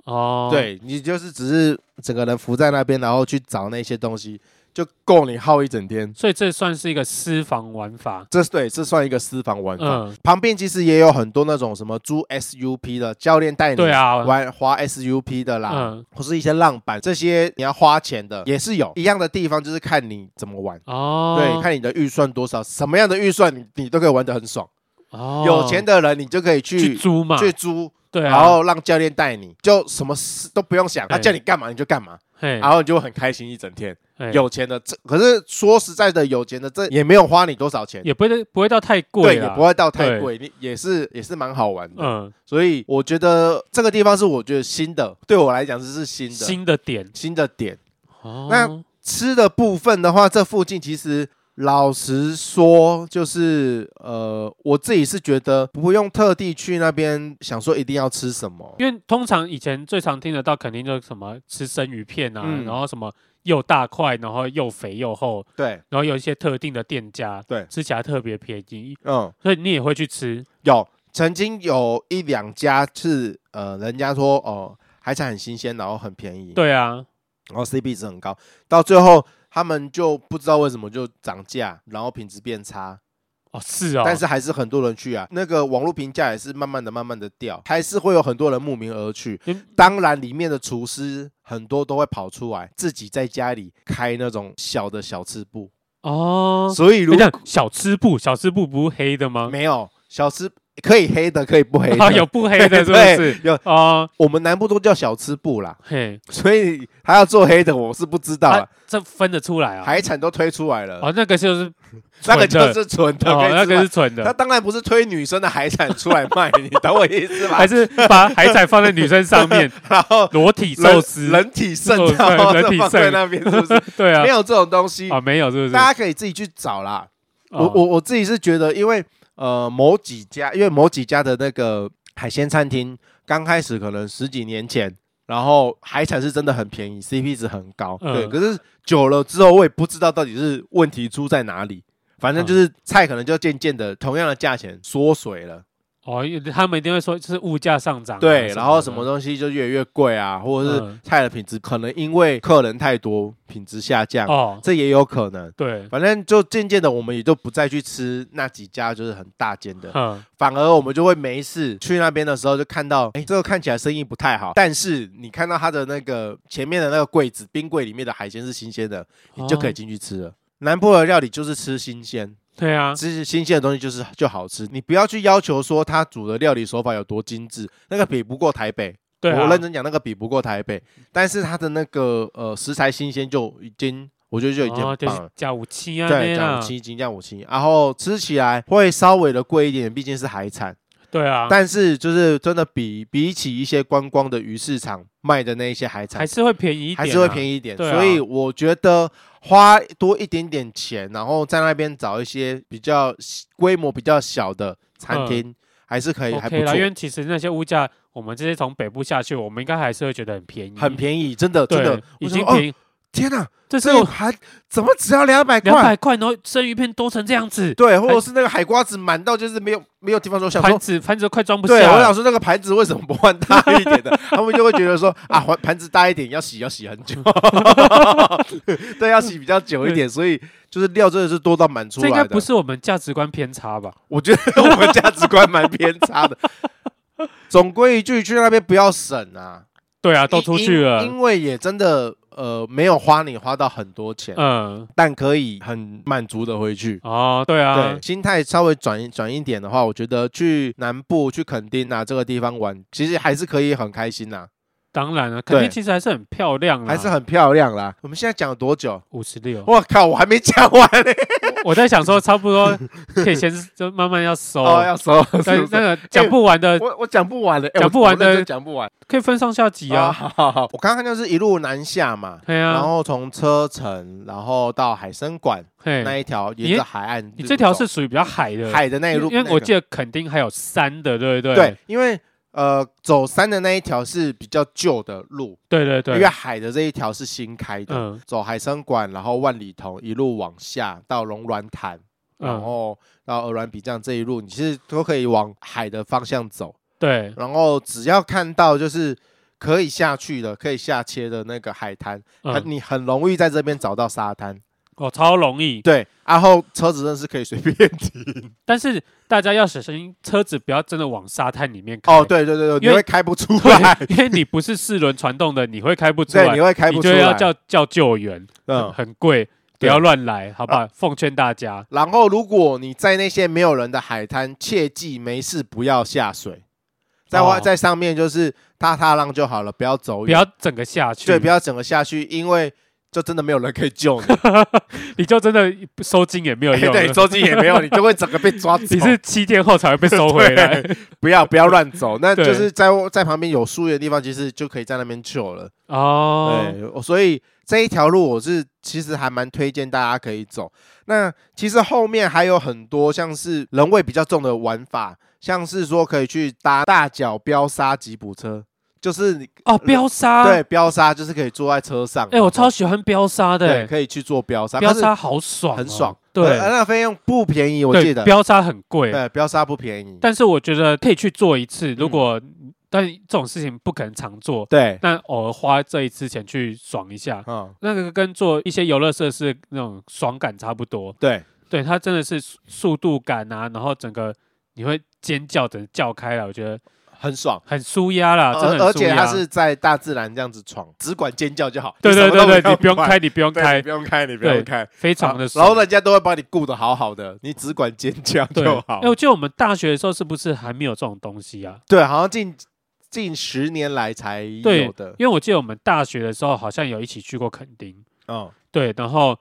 B: 哦，
A: 对你就是只是整个人浮在那边，然后去找那些东西，就够你耗一整天。
B: 所以这算是一个私房玩法，
A: 这对，这算一个私房玩法。
B: 嗯，
A: 旁边其实也有很多那种什么租 SUP 的教练带你
B: 对啊，
A: 玩滑 SUP 的啦，
B: 嗯，
A: 或是一些浪板这些你要花钱的也是有一样的地方，就是看你怎么玩。
B: 哦，
A: 对，看你的预算多少，什么样的预算你你都可以玩得很爽。
B: 哦，
A: 有钱的人你就可以
B: 去
A: 去
B: 租嘛，
A: 去租，
B: 对啊，
A: 然后让教练带你，就什么事都不用想，他
B: 哎
A: 叫你干嘛你就干嘛，
B: 嘿
A: 然后你就会很开心一整天。
B: 嘿
A: 有钱的这可是说实在的，有钱的这也没有花你多少钱，
B: 也不会不会到太
A: 对，
B: 贵啊
A: 也
B: 啦，
A: 不会到太
B: 对
A: 贵，你也是也是蛮好玩的。
B: 嗯，
A: 所以我觉得这个地方是我觉得新的，对我来讲这是新的
B: 新的点，
A: 新的点。嗯
B: 哦，
A: 那吃的部分的话，这附近其实老实说，就是呃，我自己是觉得不用特地去那边想说一定要吃什么。
B: 因为通常以前最常听得到，肯定就是什么吃生鱼片啊，
A: 嗯
B: 然后什么又大块，然后又肥又厚，
A: 对，
B: 然后有一些特定的店家，
A: 对
B: 吃起来特别便宜，
A: 嗯，
B: 所以你也会去吃。
A: 有曾经有一两家是呃，人家说哦、海产很新鲜，然后很便宜，，
B: 对啊，
A: 然后 CP 值很高，到最后他们就不知道为什么就涨价，然后品质变差。
B: 哦是哦，
A: 但是还是很多人去啊。那个网络评价也是慢慢的、慢慢的掉，还是会有很多人慕名而去
B: 嗯。
A: 当然，里面的厨师很多都会跑出来，自己在家里开那种小的小吃部。
B: 哦，
A: 所以如
B: 你
A: 果
B: 看小吃部，小吃部不是黑的吗？
A: 没有小吃，可以黑的，可以不黑
B: 啊，
A: 的。
B: 有不黑 的，是不
A: 对
B: 是？
A: 有，
B: 哦，
A: 我们南部都叫小吃部啦，
B: 嘿，
A: 所以还要做黑的，我是不知道啊
B: 啊。这分得出来啊。
A: 海产都推出来了，
B: 哦，那个就是
A: 那个
B: 纯
A: 就
B: 的
A: 是纯的，
B: 哦，
A: 可以
B: 那
A: 吃
B: 个
A: 吗
B: 是纯
A: 他
B: 的，
A: 当然不是推女生的海产出来卖， 你懂我意思吧？
B: 还是把海产放在女生上 面，
A: 然后
B: 裸体
A: 人
B: 寿司？
A: 人体肾
B: 寿，司
A: 然 后
B: 人
A: 就
B: 体
A: 放在
B: 肾
A: 那边，是不是？
B: 对啊
A: 没，有这种东西，
B: 啊没有，是不是？
A: 大家可以自己去找啦。我
B: 哦
A: 我我自己是觉得，因为呃某几家，因为某几家的那个海鲜餐厅，刚开始可能十几年前，然后海产是真的很便宜，CP 值很高，
B: 嗯
A: 对。可是久了之后，我也不知道到底是问题出在哪里。反正就是菜可能就渐渐的同样的价钱缩水了，
B: 哦，因为他们一定会说是物价上涨啊，
A: 对，然后什么
B: 的
A: 东西就越来越贵啊，或者是
B: 嗯
A: 菜的品质可能因为客人太多，品质下降，
B: 哦，
A: 这也有可能。
B: 对，
A: 反正就渐渐的，我们也就不再去吃那几家就是很大间 的，
B: 嗯，
A: 反而我们就会没事去那边的时候就看到，哎，这个看起来生意不太好，但是你看到它的那个前面的那个柜子，冰柜里面的海鲜是新鲜的，你就可以
B: 哦
A: 进去吃了。南部的料理就是吃新鲜，
B: 对啊，
A: 吃新鲜的东西就是就好吃。你不要去要求说它煮的料理手法有多精致，那个比不过台北。
B: 对啊，
A: 我认真讲，那个比不过台北，但是它的那个呃食材新鲜就已经，我觉得就已经
B: 哦
A: 很
B: 就
A: 棒
B: 是
A: 了。
B: 加五七啊，
A: 对，
B: 那
A: 降
B: 样
A: 五
B: 啊，
A: 七斤，降五七，然后吃起来会稍微的贵一点，毕竟是海产，
B: 对啊，
A: 但是就是真的比比起一些观光的鱼市场卖的那一些海产
B: 还，是会便宜一点啊，
A: 还是会便
B: 宜，
A: 宜一点，
B: 对啊
A: 所以我觉得花多一点点钱，然后在那边找一些比较规模比较小的餐厅，还是可以，还不
B: 嗯 OK 啦，因
A: 错，
B: 为其实那些物价，我们这些从北部下去，我们应该还是会觉得很便宜，
A: 很便宜，真的真
B: 对
A: 的，
B: 已
A: 我想
B: 经
A: 说
B: 便
A: 哦，
B: 宜，
A: 天哪、
B: 这是
A: 这个还怎么只要两百
B: 两
A: 块？
B: 百块，然后生鱼片多成这样子，
A: 对，或者是那个海瓜子满到就是没有没有地方说，我想
B: 盘
A: 说，
B: 子盘子都快装不下
A: 对我想
B: 了，
A: 说那个盘子为什么不换大一点的？ 他们就会觉得 说啊，盘盘子大一点要洗要洗很久， 对，要洗比较久一点，所以就是料真的是多到满出
B: 这
A: 来
B: 应
A: 的。
B: 该不是我们价值观偏差吧？
A: 我觉得我们价值观蛮偏差的。总归一句，去那边不要省啊，
B: 对 啊，都出去
A: 因
B: 了，
A: 因为也真的呃没有花你花到很多钱，
B: 嗯，
A: 但可以很满足的回去。
B: 哦，对啊
A: 对，，心态稍微转一转一点的话，我觉得去南部、去垦丁啊这个地方玩，其实还是可以很开心呐、
B: 当然了，肯定
A: 对
B: 其实还是很漂亮啦，
A: 还是很漂亮啦。我们现在讲了多久？
B: 五十六。
A: 我靠，我还没讲完嘞、
B: 我在想说，差不 多可以先就慢慢要收，
A: 哦，要收了，
B: 但
A: 是不
B: 那
A: 是？
B: 个讲不完的，
A: 我我讲不完了，哎
B: 讲不完的
A: 我我认真讲不完。
B: 可以分上下集
A: 啊，
B: 啊。
A: 好好好我刚刚就是一路南下嘛，
B: 对
A: 然
B: 啊，
A: 后从车城，然后到海参馆那
B: 嘿，
A: 一条，
B: 你
A: 沿着海岸路走，
B: 你这条是属于比较海的，
A: 海的那一路，
B: 因为
A: 那
B: 我
A: 个
B: 记得垦丁还有山的，对不对？
A: 对，因为呃走山的那一条是比较旧的路，
B: 对对
A: 因为
B: 对，
A: 海的这一条是新开的，
B: 嗯
A: 走海参馆，然后万里头一路往下到龙銮潭，然
B: 嗯，
A: 后到鹅銮鼻这样这一路，你是都可以往海的方向走，
B: 对，
A: 然后只要看到就是。可以下去的，可以下切的那个海滩，很
B: 嗯，
A: 你很容易在这边找到沙滩。
B: 哦，超容易。
A: 对，然后车子真的是可以随便停。
B: 但是大家要小心，车子不要真的往沙滩里面开。
A: 哦，，对对对对，你
B: 因为
A: 会开不出来，
B: 对，因为你不是四轮传动的，你会开不出
A: 对，
B: 来
A: 你，会开
B: 你
A: 不出
B: 就要
A: 来。
B: 叫叫救援，很
A: 嗯，
B: 很贵，不
A: 对啊
B: 要乱来，好不好？奉劝大家，
A: 然后如果你在那些没有人的海滩，切记没事不要下水，在
B: 哦
A: 外在上面就是踏踏浪就好了，不要走
B: 不
A: 远，
B: 要整个下去，
A: 对，不要整个下去，因为就真的没有人可以救你，
B: 你就真的收金也没 有用，
A: 对，周记也没有，你就会整个被抓走。
B: 你是七天后才会被收回 来。
A: 不要不要乱走，那
B: 对
A: 就是在在旁边有树的地方，其实就可以在那边救了。
B: 哦，
A: 对，我所以这一条路我是其实还蛮推荐大家可以走。那其实后面还有很多像是人味比较重的玩法，像是说可以去搭大脚飙沙吉普车，就是你、
B: 哦，标沙，
A: 对，飙沙就是可以坐在车上。
B: 哎，我
A: 然
B: 超
A: 后
B: 喜欢标沙的，
A: 对，
B: 哎
A: 可以去做飙沙，
B: 标
A: 可是
B: 沙好爽哦，
A: 很爽。
B: 对
A: 呃，那个费用不便宜，我记
B: 对，
A: 得。
B: 标沙很贵，
A: 对，飙沙不便宜。
B: 但是我觉得可以去做一
A: 嗯
B: 次，如果但这种事情不可能常做，
A: 对，
B: 但偶尔花这一次钱去爽一下，
A: 嗯，
B: 那个跟做一些游乐设施那种爽感差不多。
A: 对，
B: 对，它真的是速速度感啊，然后整个你会尖叫，整个叫开了，我觉得
A: 很爽。
B: 很舒压啦，啊真的
A: 而
B: 很
A: 呃而
B: 舒
A: 且它
B: 压
A: 是在大自然这样子闯，只管尖叫就好。
B: 对
A: 你什
B: 对
A: 么都
B: 对对，你不用
A: 管
B: 开，你不用
A: 对，你
B: 开，
A: 不用开，你不
B: 对
A: 用开，
B: 非常的
A: 啊然
B: 爽。
A: 后人家都会把你顾得好好的，你只管尖叫
B: 对，
A: 就好
B: 哎，。我记得我们大学的时候是不是还没有这种东西啊？
A: 对，好像近近十年来才有
B: 对
A: 的，
B: 因为我记得我们大学的时候好像有一起去过垦丁，
A: 嗯
B: 对，然后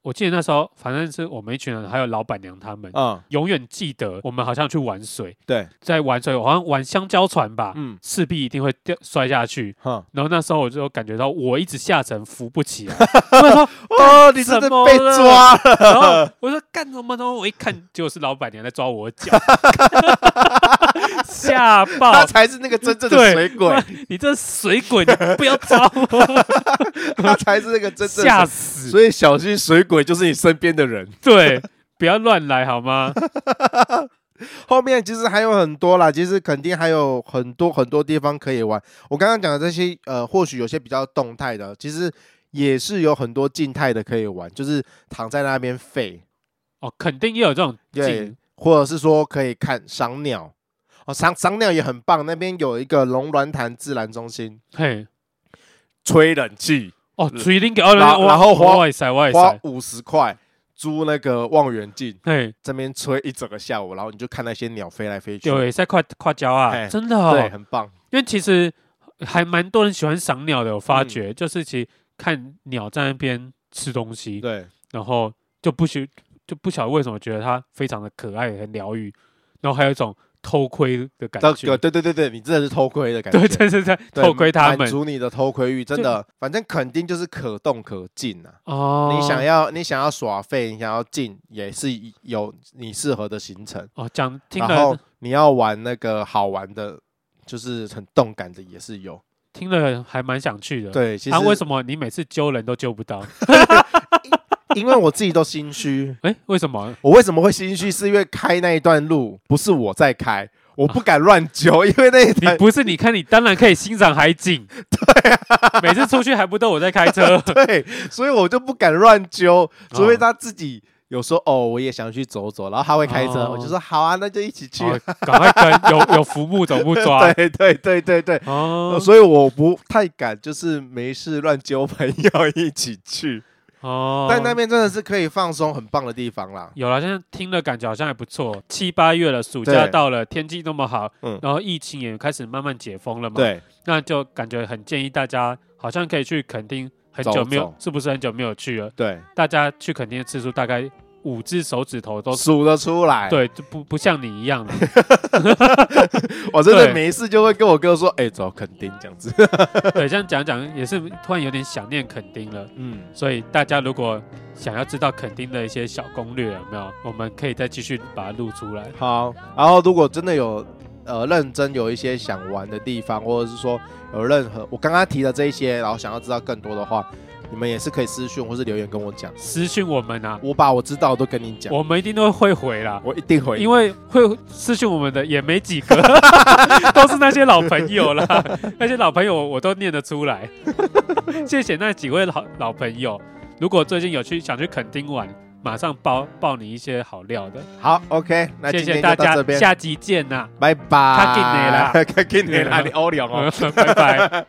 B: 我记得那时候反正是我们一群人，还有老板娘他们，
A: 嗯，
B: 永远记得我们好像去玩水，
A: 对，
B: 在玩水，好像玩香蕉船吧，
A: 嗯
B: 势必一定会掉摔下去。
A: 哼，
B: 然后那时候我就感觉到我一直下沉浮不起 来，我说，
A: 哦，你真的
B: 怎么
A: 被
B: 了
A: 抓了，
B: 然后我说干什么呢？我一看就是老板娘在抓我脚， 吓
A: 他
B: 爆！
A: 才是那个真正的
B: 对
A: 水鬼，
B: 你这水鬼，你不要抓 我，
A: 他才是那个真正
B: 吓
A: 的。
B: 死！
A: 所以小心水鬼就是你身边的人。
B: 对，不要乱来好吗？
A: 后面其实还有很多啦，其实肯定还有很多很多地方可以玩。我刚刚讲的这些，呃，或许有些比较动态的，其实也是有很多静态的可以玩，就是躺在那边废，
B: 哦，肯定也有这种
A: 对
B: 劲，
A: 或者是说可以看赏鸟。哦，赏赏鸟也很棒，那边有一个龙銮潭自然中心，
B: 嘿，
A: 吹冷气，
B: 哦，垂铃给哦，
A: 嗯然后然后花
B: 外塞外
A: 花
B: 塞，
A: 五十块租那个望远镜，
B: 嘿，
A: 这边吹一整个下午，然后你就看那些鸟飞来飞去，
B: 有也在跨跨脚啊，
A: 嘿
B: 真的哦
A: 对，，很棒。
B: 因为其实还蛮多人喜欢赏鸟的，我发觉、
A: 嗯
B: 就是其实看鸟在那边吃东西，
A: 对，
B: 然后就不许就不晓得为什么觉得它非常的可爱，很疗愈，然后还有一种偷窥的感
A: 这
B: 觉
A: 个，对对对对，你真的是偷窥的感觉，
B: 对， 真是在
A: 对
B: 偷窥他
A: 满
B: 们
A: 足你的偷窥欲，真的，反正肯定就是可动可进啊。
B: 哦。
A: 你想要你想要耍废，你想要进，也是有你适合的行程。
B: 哦讲听
A: 然后
B: 了
A: 你要玩那个好玩的，就是很动感的，也是有。
B: 听了还蛮想去的，。
A: 对，其实
B: 啊，为什么你每次揪人都揪不到？
A: 因为我自己都心虚，
B: 哎，为什么？
A: 我为什么会心虚？是因为开那一段路不是我在开，我不敢乱揪，因为那一
B: 啊你
A: 段？
B: 不是你看，你当然可以欣赏海景。对、啊，每次出去还不啊都我在开车
A: 对，所以我就不敢乱揪，除非他自己有说哦，我也想去走走，然后他会开车，
B: 哦
A: 我就说好啊，那就一起去。
B: 哦赶快跟有有浮木总不抓。
A: 对对对对对，
B: 哦
A: 呃所以我不太敢，就是没事乱揪朋友一起去。
B: 哦，
A: 但那边真的是可以放松，很棒的地方啦。
B: 有了，现在听了感觉好像还不错。七八月了，暑假
A: 对
B: 到了，天气那么好，
A: 嗯
B: 然后疫情也开始慢慢解封了嘛，，
A: 对，
B: 那就感觉很建议大家，好像可以去垦丁，很久没有，
A: 走走
B: 是不是很久没有去了？
A: 对，
B: 大家去垦丁的次数大概五只手指头都
A: 数得出来。，
B: 对，就不不像你一样的，
A: 我真的
B: 对
A: 没事就会跟我哥说，哎，走垦丁这样子。
B: 对，这样讲讲也是突然有点想念垦丁了。
A: 嗯，
B: 所以大家如果想要知道垦丁的一些小攻略，有没有？我们可以再继续把它录出来。
A: 好。然后如果真的有呃认真有一些想玩的地方，或者是说有任何我刚刚提的这一些，然后想要知道更多的话，你们也是可以私讯或是留言跟我讲，
B: 私讯我们啊，
A: 我把我知道的都跟你讲，
B: 我们一定都会回啦，
A: 我一定回你
B: 因。为会私讯我们的也没几 个，都是那些老朋友啦，那些老朋友我都念得出来。谢谢那几位老老朋友，如果最近有去想去垦丁玩，马上报报你一些好料的。
A: 好，OK，那
B: 谢
A: 今
B: 谢
A: 天
B: 大
A: 就到
B: 家
A: 这，边，
B: 下集见呐、啊
A: 拜拜。
B: 较紧的啦
A: 较紧的啦，你欧良哦。
B: 拜拜。